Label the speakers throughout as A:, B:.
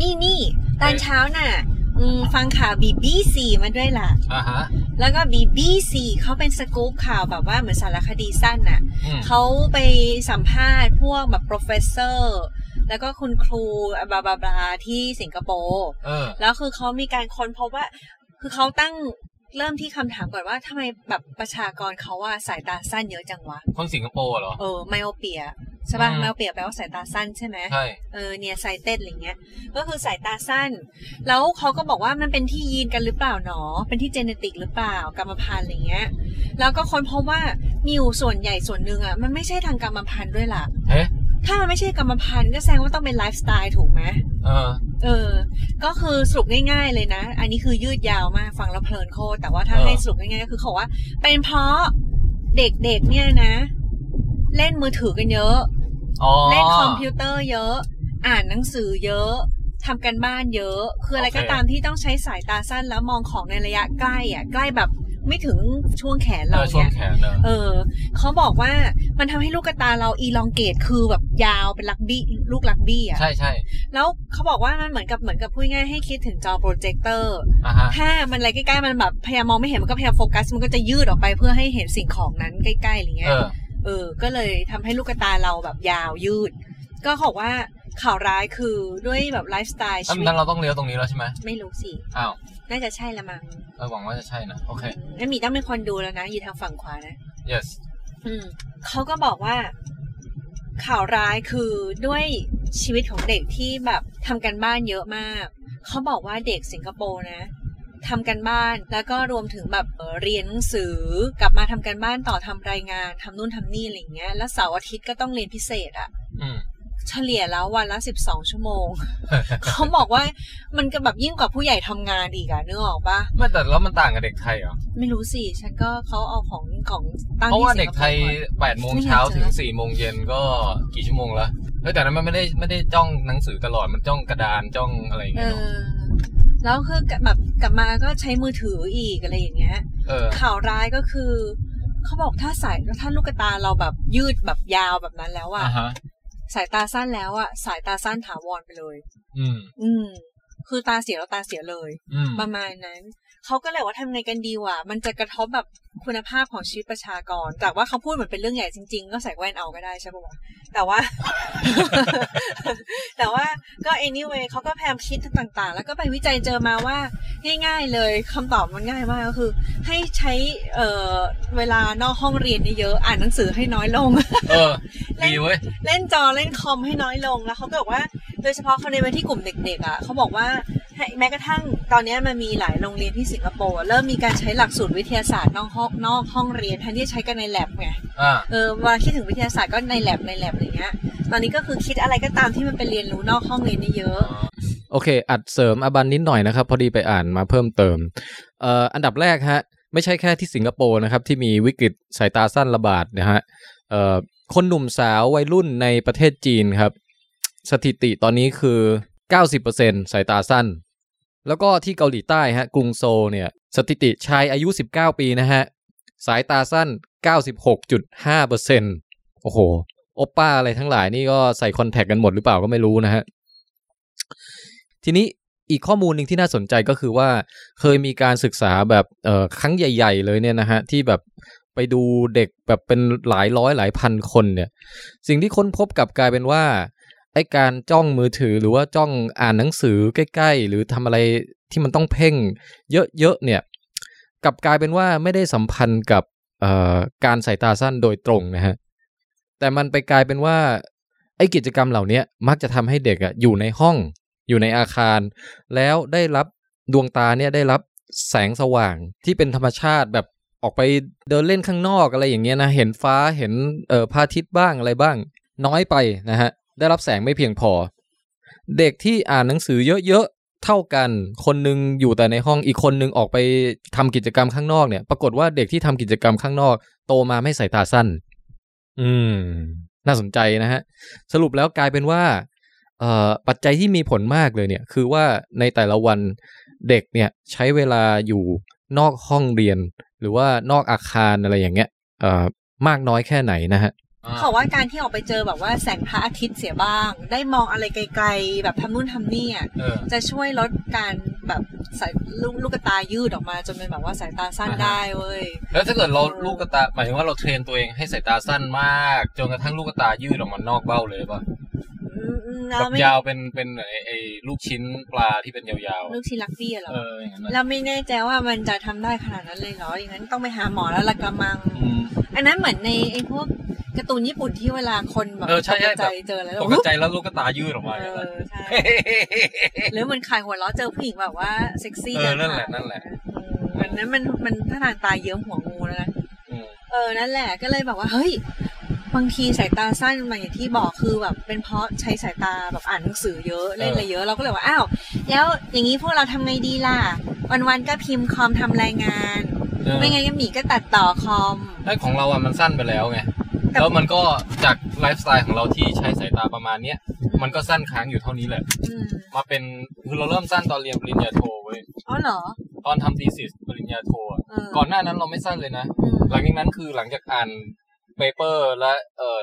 A: นี่นี่ตอนเช้าน่ะอืมฟังข่าว BBC มาด้วยล่ะ
B: อ่าฮะ
A: แล้วก็ BBC เขาเป็นสกู๊ปข่าวแบบว่าเหมือนสารคดีสั้นน่ะ
B: อืม
A: เขาไปสัมภาษณ์พวกแบบ professor แล้วก็คุณครูบลาบลาบลาที่สิงคโปร์
B: เออ
A: แล้วคือเขามีการค้นพบว่า คือเขาตั้งเริ่มที่คำถามก่อนว่าทำไมแบบประชากรเขาว่าสายตาสั้นเยอะจังวะ
B: คนสิงคโปร์เหรอ
A: เออไมโอเปียใช่ป่ะ
B: อืม
A: ไมโอเปียแปลว่าสายตาสั้นใช่ไหม
B: ใช่
A: เออเนี่ยไซเต็ดอะไรเงี้ย ก็คือสายตาสั้น แล้วเขาก็บอกว่ามันเป็นที่ยีนกันหรือเปล่าหนอ เป็นที่เจเนติกหรือเปล่ากรรมพันธุ์อะไรเงี้ย แล้วก็ค้นพบว่ามีอยู่ส่วนใหญ่ส่วนหนึ่งอ่ะมันไม่ใช่ทางกรรมพันธุ์ด้วยล่ะ
B: เฮ้ย
A: ถ้ามันไม่ใช่กรรมพันธุ์ก็แสดงว่าต้องเป็นไลฟ์สไตล์ถูกไหม
B: เออ
A: เออ ก็คือสรุปง่ายๆเลยนะ อันนี้คือยืดยาวมากฟังแล้วเพลินโคตรแต่ว่าถ้า
B: เออ
A: ให้สรุปง่ายๆก็คือเขาบอกว่า เป็นเพราะเด็กๆเนี่ยนะ เล่นมือถือกันเยอะ
B: อ๋อ
A: เล่นคอมพิวเตอร์เยอะ อ่านหนังสือเยอะ ทำกันบ้านเยอะ คืออะไรก็ตามที่ต้องใช้สายตาสั้นแล้วมองของในระยะใกล้อ่ะ ใกล้แบบไม่ถึงช่วงแขน
B: เอ
A: เรา
B: อช่ว
A: เนี่
B: ง
A: ย
B: แขนเนอะ
A: เออ เขาบอกว่ามันทำให้ลูกตาเราอีลองเกตคือแบบยาวเป็นลักบี้ลูกลักบี้อ่ะ
B: ใช่ใช่
A: แล้วเขาบอกว่ามันเหมือนกับเหมือนกับพูดง่ายๆให้คิดถึงจอโปรเจคเตอร์
B: อ่าฮะ
A: ถ้ามันอะไรใกล้ๆมันแบบพยายามมองไม่เห็นมันก็พยายามโฟกัส มันก็จะยืดออกไปเพื่อให้เห็นสิ่งของนั้นใกล้ๆอะไรเงี้
B: เอย อ
A: เออ ก็เลยทำให้ลูกตาเราแบบยาวยืด ก็เขาบอกว่าข่าวร้ายคือด้วยแบบไลฟ์สไตล์
B: อัน
A: ชีวิต
B: นั้นเราต้องเลี้ยวตรงนี้แล้วใช่ไหม
A: ไม่รู้สิ
B: อ้าว
A: น่าจะใช่ละมั้ง
B: เออหวังว่าจะใช่นะ โอเค
A: นั่นมีต้องเป็นคนดูแล้วนะ อยู่ทางฝั่งขวานะ
B: yes
A: อืมเขาก็บอกว่า ข่าวร้ายคือด้วยชีวิตของเด็กที่แบบทำกันบ้านเยอะมาก เขาบอกว่าเด็กสิงคโปร์นะทำกันบ้านแล้วก็รวมถึงแบบเอ่อเรียนหนังสือกลับมาทำกันบ้านต่อทำรายงานทำนู่นทำนี่อะไรอย่างเงี้ย แล้วเสาร์อาทิตย์ก็ต้องเรียนพิเศษอะ
B: อืม
A: เฉลี่ยแล้ววันละสิบสองชั่วโม ง เขาบอกว่ามันก็แบบยิ่งกว่าผู้ใหญ่ทำงานอีกอะนึกออกปะ
B: ไม่แต่แล้วมันต่างกับเด็กไทยเหรอ
A: ไม่รู้สิฉันก็เขาเอาของของตั้ง
B: เพราะว่า
A: สิ
B: เด็
A: ง
B: ก
A: คโป
B: ไทย
A: ก่อน
B: 8ปดโมงเช้าถึง4ี่โมงเย็นก็กี่ชั่วโมงละเฮ้ยแต่นั้นมันไม่ได้ไม่ได้จ้องหนังสือตลอดมันจ้องกระดานจ้องอะไรอย่าง
A: เอ
B: เงี้ยเนอะ
A: อ แล้วคือแบบกลับมาก็ใช้มือถืออีกอะไรอย่างเงี้ย
B: เออ
A: ข่าวร้ายก็คือ เขาบอกถ้าสายถ้าลูกตาเราแบบยืดแบบยาวแบบนั้นแล้วอะ
B: อ่าฮะ
A: สายตาสั้นแล้วอะสายตาสั้นถาวรไปเลย
B: อืม
A: อืม คือตาเสียแล้วตาเสียเลย
B: อืม
A: ประมาณนั้น เขาก็เลยว่าทำไงกันดีวะ มันจะกระทบแบบคุณภาพของชีวิตประชากร จากว่าเขาพูดเหมือนเป็นเรื่องใหญ่จริงๆ ก็ใส่แว่นเอาก็ได้ใช่ปะวะแต่ว่า แต่ว่าก็ anyway เขาก็พยายามคิดต่างๆ แล้วก็ไปวิจัยเจอมาว่า ง่ายๆเลยคำตอบมันง่ายมากก็คือ ให้ใช้เอ่อเวลานอกห้องเรียนเยอะๆอ่านหนังสือให้น้อยลง
B: เออ ดีเว้ย
A: เล่นจอเล่นคอมให้น้อยลงแล้วเขาก็บอกว่า โดยเฉพาะคนในวัยที่กลุ่มเด็กๆอ่ะเขาบอกว่าให้แม้กระทั่งตอนเนี้ยมันมีหลายโรงเรียนที่สิงคโปร์เริ่มมีการใช้หลักสูตรวิทยาศาสตร์นอกห้องนอกห้องเรียนแทนที่จะใช้กันในแลบไง
B: อ่า
A: เออเวลาคิดถึงวิทยาศาสตร์ก็ในแลบในแลบอะไรเงี้ยตอนนี้ก็คือคิดอะไรก็ตามที่มันเป็นเรียนรู้นอกห้องเรียนเยอะ
C: โอเค อัดเสริมอบันนิดหน่อยนะครับ พอดีไปอ่านมาเพิ่มเติมเอ่ออันดับแรกฮะ ไม่ใช่แค่ที่สิงคโปร์นะครับ ที่มีวิกฤตสายตาสั้นระบาดนะฮะเอ่อคนหนุ่มสาววัยรุ่นในประเทศจีนครับ สถิติตอนนี้คือ 90%สายตาสั้น แล้วก็ที่เกาหลีใต้ฮะกรุงโซลเนี่ยสถิติชายอายุ 19 ปีนะฮะ สายตาสั้น 96.5%โอ้โหโอปป้าอะไรทั้งหลายนี่ก็ใส่คอนแทคกันหมดหรือเปล่าก็ไม่รู้นะฮะ ทีนี้อีกข้อมูลหนึ่งที่น่าสนใจก็คือว่าเคยมีการศึกษาแบบเอ่อครั้งใหญ่ ๆ เลยเนี่ยนะฮะ ที่แบบไปดูเด็กแบบเป็นหลายร้อยหลายพันคนเนี่ย สิ่งที่ค้นพบกลับกลายเป็นว่า ไอการจ้องมือถือหรือว่าจ้องอ่านหนังสือใกล้ ๆ หรือทำอะไรที่มันต้องเพ่งเยอะ ๆ เนี่ย กลับกลายเป็นว่าไม่ได้สัมพันธ์กับเอ่อการสายตาสั้นโดยตรงนะฮะ แต่มันไปกลายเป็นว่า ไอกิจกรรมเหล่าเนี้ยมักจะทำให้เด็กอะอยู่ในห้อง อยู่ในอาคาร แล้วได้รับดวงตาเนี่ยได้รับแสงสว่างที่เป็นธรรมชาติแบบออกไปเดินเล่นข้างนอกอะไรอย่างเงี้ยนะ เห็นฟ้าเห็นเอ่อพระอาทิตย์บ้างอะไรบ้าง น้อยไปนะฮะ ได้รับแสงไม่เพียงพอ เด็กที่อ่านหนังสือเยอะๆ เท่ากัน คนหนึงอยู่แต่ในห้องอีกคนหนึงออกไปทำกิจกรรมข้างนอกเนี่ย ปรากฏว่าเด็กที่ทำกิจกรรมข้างนอก โตมาไม่สายตาสั้น
D: อืม น่าสนใจนะฮะ สรุปแล้วกลายเป็นว่าเอ่อปัจจัยที่มีผลมากเลยเนี่ย คือว่าในแต่ละวันเด็กเนี่ย ใช้เวลาอยู่นอกห้องเรียน หรือว่านอกอาคารอะไรอย่างเงี้ยเอ่อมากน้อยแค่ไหนนะฮะ
C: อ่า
A: เขาว่าการที่ออกไปเจอแบบว่าแสงพระอาทิตย์เสียบ้าง ได้มองอะไรไกลๆ แบบทำนู่นทำนี่อะ
C: เออ
A: จะช่วยลดการแบบสายลูกลูกกระตายืดออกมา จนเป็นแบบว่าสายตาสั้น
C: อ่าฮะ
A: ได้เว้ย
C: แล้วถ้าเกิดเราลูกกระตาหมายถึงว่าเราเทรนตัวเองให้สายตาสั้นมาก จนกระทั่งลูกกระตายืดออกมานอกเบ้าเลยป่ะ
A: อืมอืม
C: แบ
A: เรา
C: บ
A: ไม่
C: ยาวเป็นเป็นไอ้ไอ้ลูกชิ้นปลาที่เป็นยาว
A: ลูกชิ้นลักบี้อะเหรอ
C: ๆเอออย่างนั้นนะ
A: เราไม่แน่ใจว่ามันจะทำได้ขนาดนั้นเลยเหรอ อย่างนั้นต้องไปหาหมอแล้วละกระมัง
C: อืม
A: อันนั้นเหมือนในไอ้พวกการ์ตูนญี่ปุ่นที่เวลาคนแบบ
C: เออใช่ใช่
A: ตกใจ
C: แบบ
A: เจอแล้ว
C: ตก
A: แบบ
C: ใจแล้วลูกกระตายืดออกมาอย่าง
A: เอ
C: นั้นนะ
A: อใช่ หรือเหมันขายหัวล้อเจอผู้หญิงแบบว่าเซ็กซี่
C: เออนั่นแหละ
A: ผ่า
C: นั่นแหละ
A: อืมอันนั้นมันมันท่าทางตายเยิ้มหัวงูแล้วนะ
C: อืม
A: เออ นั่นแหละ ก็เลยแบบว่า เฮ้ย บางทีสายตาสั้นมาอย่างที่บอกคือแบบ เป็นเพราะใช้สายตาแบบอ่านหนังสือเยอะเล่นอะไรเยอะ เราก็เลยว่า อ้าว แล้วอย่างนี้พวกเราทำไงดีล่ะ วันๆก็พิมพ์คอมทำรายงาน
C: เออ
A: ไม่งั้นก็หมีก็ตัดต่อคอม
C: ไอ้ของเราอ่ะมันสั้นไปแล้วไง
A: แต่
C: แล้วมันก็จากไลฟ์สไตล์ของเราที่ใช้สายตาประมาณเนี้ย มันก็สั้นค้างอยู่เท่านี้แหละ
A: อืม
C: มาเป็นคือเราเริ่มสั้นตอนเรียนปริญญาโทเว้ย
A: อ๋อเหรอ
C: ตอนทำ thesis ปริญญาโทอะ
A: เออ
C: ก่อนหน้านั้นเราไม่สั้นเลยนะ
A: อืม
C: หลังจากนั้นคือหลังจากอ่านเปเปอร์และเอ่อ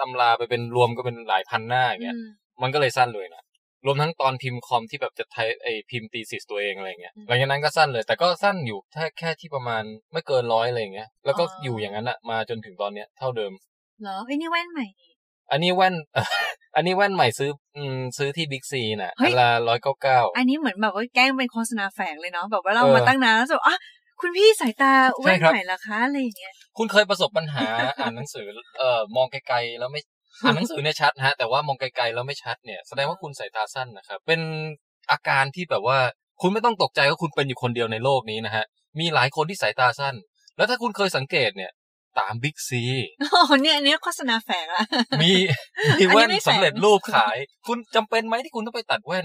C: ตำราไปเป็นรวมก็เป็นหลายพันหน้าอย่างเงี้ย
A: อืม
C: มันก็เลยสั้นเลยนะ รวมทั้งตอนพิมพ์คอมที่แบบจะไทยไอพิมพ์ตีสิสตัวเองอะไรเงี้ย
A: อืม
C: หลังจากนั้นก็สั้นเลย แต่ก็สั้นอยู่แค่แค่ที่ประมาณไม่เกินร้อยอะไรเงี้ย แล้วก็
A: อ๋ออ
C: อยู่อย่างนั้นอะมาจนถึงตอนเนี้ยเท่าเดิม
A: เหรอเฮ้ยนี่แว่นใหม่
C: อันนี้แว่น อันนี้แว่นใหม่ซื้ออืมซื้อที่บิ๊กซีน่ะ
A: เฮ้
C: อั
A: ย
C: นละร้อยเก้าเก้า
A: อันนี้เหมือนแบบว่าแกล้งเป็นโฆษณาแฝงเลยเนาะแบบว่าเรา
C: เออ
A: มาตั้งนานแล้วจะบอกอ่ะคุณพี่สายตาแว่น
C: ใช่ครับ
A: ใหม่เหรอคะอะไรอย่างเงี้ย
C: คุณเคยประสบปัญหา อ่านหนังสือเอ่อมองไกลๆแล้วไม่อ่านหนังสือเนี่ยชัดฮะ แต่ว่ามองไกลๆแล้วไม่ชัดเนี่ยแสดงว่าคุณสายตาสั้นนะครับ เป็นอาการที่แบบว่า คุณไม่ต้องตกใจว่าคุณเป็นอยู่คนเดียวในโลกนี้นะฮะ มีหลายคนที่สายตาสั้น แล้วถ้าคุณเคยสังเกตเนี่ย ตามบิ๊กซี
A: อ๋อเนี่ยอันนี้โฆษณาแฝงละ
C: มีมีแว่น
A: อันนี้ไม่แฝง
C: สำเร็จรูปขาย คุณจำเป็นไหมที่คุณต้องไปตัดแว่น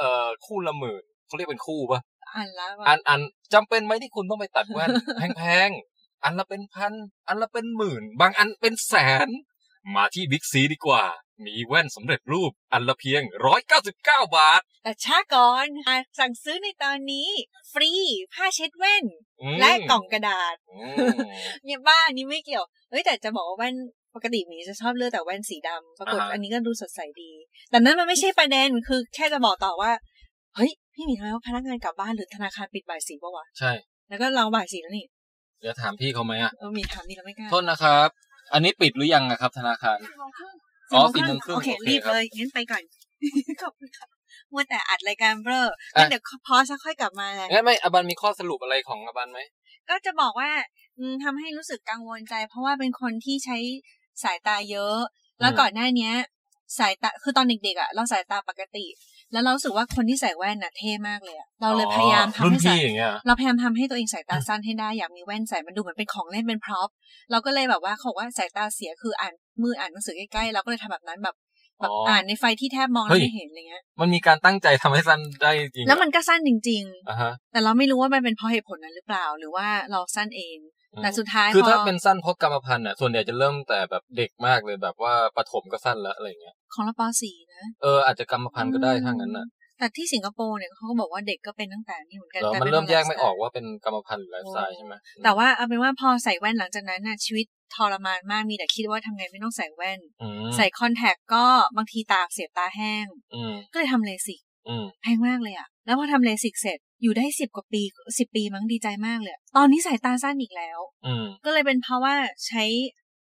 C: เอ่อคู่ละหมื่นเขาเรียกเป็นคู่ปะ
A: อ่านละว่า
C: อันอันจำเป็นไหมที่คุณต้องไปตัดแว่น แพงๆ อันละเป็นพัน อันละเป็นหมื่น บางอันเป็นแสน มาที่บิ๊กซีดีกว่า มีแว่นสำเร็จรูป อันละเพียง 199 บาท
A: แต่ช้าก่อนอ่ะสั่งซื้อในตอนนี้ ฟรีผ้าเช็ดแว่น
C: อืม
A: และกล่องกระดาษ
C: อืม
A: เนี่ยบ้าอันนี้ไม่เกี่ยวเฮ้ยแต่จะบอกว่าแว่นปกติหมีจะชอบเลือกแต่แว่นสีดำปรากฏ
C: อ่าฮะ
A: อันนี้ก็ดูสดใสดี แต่นั้นมันไม่ใช่ประเด็นคือแค่จะบอกต่อว่าเฮ้ยพี่หมีทำไมว่าพนักงานกลับบ้านหรือธนาคารปิดบ่ายสีปะวะ
C: ใช่
A: แล้วก็เราบ่ายสีแล้วนี่
C: เดี๋ยวถามพี่เขาไหมอ่ะ
A: เออหมีถามนี่เราไม่กล้า
C: โทษนะครับ อันนี้ปิดหรือยังอะครับ ธนาคาร อ๋อสี่โมงครึ่ง
A: โอเค
C: โอเค
A: รีบ
C: ครับ
A: เลยงั้นไปก่อน ขอบคุณค่ะมัวแต่อัดรายการเบลอ
C: อ่ะ
A: งั้นเดี๋ยวพอสักค่อยกลับมา
C: งั้นไม่อบันมีข้อสรุปอะไรของอบันไหม
A: ก็จะบอกว่าอืมทำให้รู้สึกกังวลใจ เพราะว่าเป็นคนที่ใช้สายตาเยอะ แล้ว
C: อืม
A: ก่อนหน้าเนี้ย สายตาคือตอนเด็กๆอ่ะเราสายตาปกติ แล้วเรารู้สึกว่าคนที่ใส่แว่นน่ะเท่มากเลยอะเราเลยพยายาม
C: อ๋อ
A: ทำ
C: รุ่
A: ให้
C: นพี่
A: สาย
C: อย่างเงี้ยเหรอ
A: เราพยายามทำให้ตัวเองสายตาสั้นให้ได้อยากมีแว่นใส่มันดูเหมือนเป็นของเล่นเป็นพร็อพเราก็เลยแบบว่าเขาบอกว่าสายตาเสียคืออ่านมืออ่านหนังสือใกล้ๆเราก็เลยทำแบบนั้นแบบแบบ
C: อ๋ออ่
A: อ่านในไฟที่แทบมอง
C: เฮ้ย
A: ไม่เห็นอะไรเงี้ย
C: มันมีการตั้งใจทำให้สั้นได้จริงเหรอ
A: แล้วมันก็สั้นจริง
C: อ่าฮะ
A: ๆ แต่เราไม่รู้ว่ามันเป็นเพราะเหตุผลนั้นหรือเปล่า หรือว่าเราสั้นเอง
C: อืม
A: แต่สุดท้าย
C: คือ
A: พอ
C: ถ้าเป็นสั้นเพราะกรรมพันธุ์อ่ะส่วนใหญ่จะเริ่มแต่แบบเด็กมากเลยแบบว่าปฐมก็สั้นแล้วอะไรเงี้ย
A: ของเราปสี่นะ
C: เอออาจจะกรรมพันธุ์ก็ได้ถ้างั้นน่ะ
A: แต่ที่สิงคโปร์เนี่ยเขาก็บอกว่าเด็กก็เป็นตั้งแต่นี่เหมือนกัน
C: เออ
A: แต่
C: มัน
A: ป็
C: เริ่มแยก
A: ค
C: ไม่
A: นละ
C: ออกว่าเป็นกรรมพันธุ์หรือไลฟ์สไตล์ใช่ไหม
A: แต่ว่าเอาเป็นว่าพอใส่แว่นหลังจากนั้นน่ะชีวิตทรมานมากมีแต่คิดว่าทำไงไม่ต้องใส่แว่น
C: อืม
A: ใส่คอนแทคก็บางทีตาอักเสียบตาแห้ง
C: อืม
A: ก็เลยทำเลสิก
C: อืม
A: แพงมากเลยอะแล้วพอทำเลสิกเสร็จอยู่ได้สิบกว่าปีสิบปีมั้งดีใจมากเลยอะตอนนี้สายตาสั้นอีกแล้ว
C: อืม
A: ก็เลยเป็นเพราะว่าใช้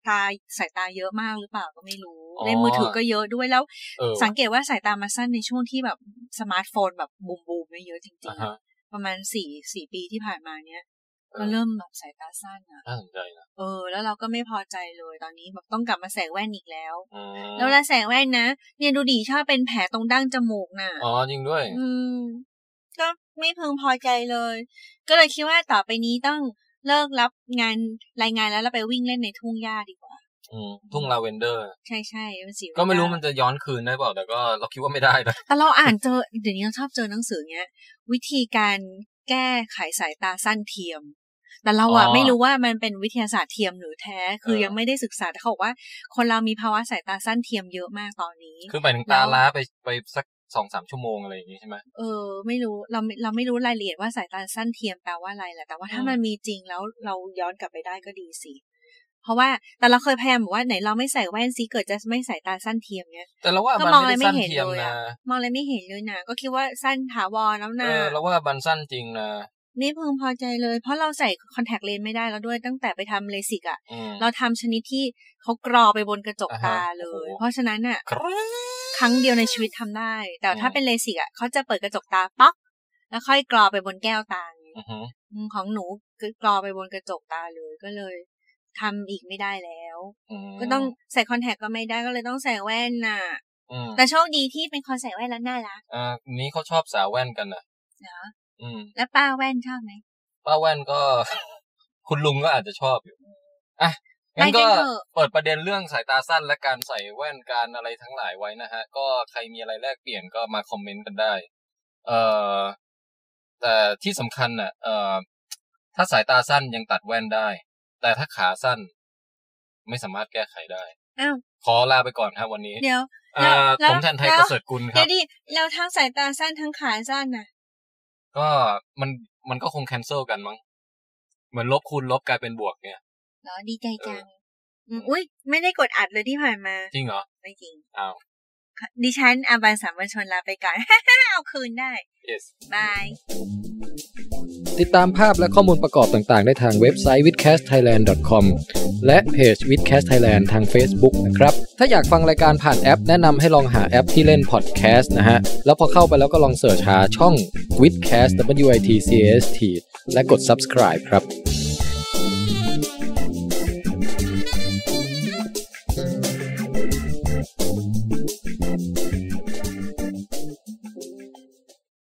A: ตาสายตาเยอะมากหรือเปล่าก็ไม่รู้
C: อ๋อ
A: ในมือถือก็เยอะด้วยแล้ว
C: เออ
A: สังเกตว่าสายตามาสั้นในช่วงที่แบบสมาร์ทโฟนแบบบูมบูมๆเยอะๆจริ
C: อ่าง
A: ๆ
C: ฮะ
A: อะประมาณสี่สี่ปีที่ผ่านมาเนี้ย
C: เอ
A: ก็
C: อ
A: เริ่มแบบสายตาสั้นอะ
C: น่าสนใจนะ
A: เออ แล้วเราก็ไม่พอใจเลยตอนนี้แบบต้องกลับมาใส่แว่นอีกแล้ว
C: อืม
A: แล้วเวลาใส่แว่นนะเนี่ยดูดีชอบเป็นแผลตรงดั้งจมูกน่ะ
C: อ๋อจริงด้วย
A: อืมก็ไม่พึงพอใจเลย ก็เลยคิดว่าต่อไปนี้ต้องเลิกรับงานรายงานแล้วเราไปวิ่งเล่นในทุ่งหญ้าดีกว่า
C: อืมทุ่งลาเวนเดอร์
A: ใช่ใช่ๆเป็นสี
C: ก็ไม่รู้มันจะย้อนคืนได้เปล่าแต่ก็เราคิดว่าไม่ได้ นะ
A: แต่เราอ่านเจอเดี๋ยวนี้เราชอบเจอหนังสือเงี้ย วิธีการแก้ไขสายตาสั้นเทียม แต่เราอะ
C: อ๋อ
A: ไม่รู้ว่ามันเป็นวิทยาศาสตร์เทียมหรือแท้ คือ
C: เออ
A: ยังไม่ได้ศึกษาแต่เขาบอกว่า คนเรามีภาวะสายตาสั้นเทียมเยอะมากตอนนี้
C: คือหมายถึงตาล้าไปไปสักสองสามชั่วโมงอะไรอย่างงี้ใช่ไหม
A: เออ ไม่รู้เราไม่เราไม่รู้รายละเอียดว่าสายตาสั้นเทียมแปลว่าอะไรแหละแต่ว่าถ้า
C: อืม
A: มันมีจริงแล้วเราย้อนกลับไปได้ก็ดีสิเพราะว่าแต่เราเคยพยายามบอกว่าไหนเราไม่ใส่แว่นสิเกิดจะไม่สายตาสั้นเทียมเนี้ย
C: แต่เราว่า
A: ก็
C: มัน
A: มอง
C: ไม่
A: อะไร
C: ได้สั้น
A: ไม่เห็น
C: เทียม
A: เลยอะ
C: นะ
A: มองเลยไม่เห็นเลยนะก็คิดว่าสั้นถาวรแล้ว
C: เอ
A: นะ
C: อเราว่ามันสั้นจริงนะ
A: นี่พึงพอใจเลย เพราะเราใส่คอนแทคเลนส์ไม่ได้แล้วด้วยตั้งแต่ไปทำเลสิกอะ
C: อืม
A: เราทำชนิดที่เขากรอไปบนกระจก
C: อ่าฮะ
A: ตาเลย
C: โอ้โห
A: เพราะฉะนั้นอะ
C: ครับ
A: ครั้งเดียวในชีวิตทำได้ แต่
C: อืม
A: ถ้าเป็นเลสิกอ่ะเขาจะเปิดกระจกตาป๊อกแล้วค่อยกรอไปบนแก้วตาไง
C: อือหือ
A: อืมของหนูคือกรอไปบนกระจกตาเลยก็เลยทำอีกไม่ได้แล้ว
C: อืม
A: ก็ต้องใส่คอนแทคก็ไม่ได้ก็เลยต้องใส่แว่นน่ะ
C: อืม
A: แต่โชคดีที่เป็นคนใส่แว่นแล้วน่ารัก
C: อ่านี้เขาชอบสาวแว่นกันนะ
A: เหรอ
C: อืม
A: แล้วป้าแว่นชอบไหม
C: ป้าแว่นก็ คุณลุงก็อาจจะชอบอยู่อ่ะ
A: ไป
C: งั้น
A: กั
C: ก็
A: นเถอะ
C: เปิดประเด็นเรื่องสายตาสั้นและการใส่แว่นการอะไรทั้งหลายไว้นะฮะ ก็ใครมีอะไรแลกเปลี่ยนก็มาคอมเมนต์กันได้ เอ่อแต่ที่สำคัญน่ะ เอ่อ ถ้าสายตาสั้นยังตัดแว่นได้ แต่ถ้าขาสั้น ไม่สามารถแก้ไขได้
A: อ้าว
C: ขอลาไปก่อนครับวันนี้
A: เดี๋ยว
C: อ่า
A: แล้ว
C: ผมแทนไทย
A: แล้ว
C: ประเสริฐกุลค
A: เดี๋
C: รั
A: ยว
C: บ
A: ดิเราทั้งสายตาสั้นทั้งขาสั้นน่ะ
C: ก็มันมันก็คงแคนเซิลกันมั้งเหมือนลบคูณลบกลายเป็นบวกเนี่ย
A: เหรอดีใจจัง
C: เออ
A: อืมอุ้ยไม่ได้กดอัดเลยที่ผ่านมา
C: จริงเหรอ
A: ไม่จริง
C: อ้าว
A: ดิฉันอาบานสามัญชนลาไปก่อน เอาคืนได้
C: yes
A: บาย
D: ติดตามภาพและข้อมูลประกอบต่างๆ ได้ทางเว็บไซต์ withcastthailand.com และเพจ withcast thailand ทาง Facebook นะครับ ถ้าอยากฟังรายการผ่านแอป แนะนำให้ลองหาแอปที่เล่นพอดแคสต์นะฮะ แล้วพอเข้าไปแล้วก็ลองเสิร์ชหาช่อง withcast w i t c a s t และกด subscribe ครับ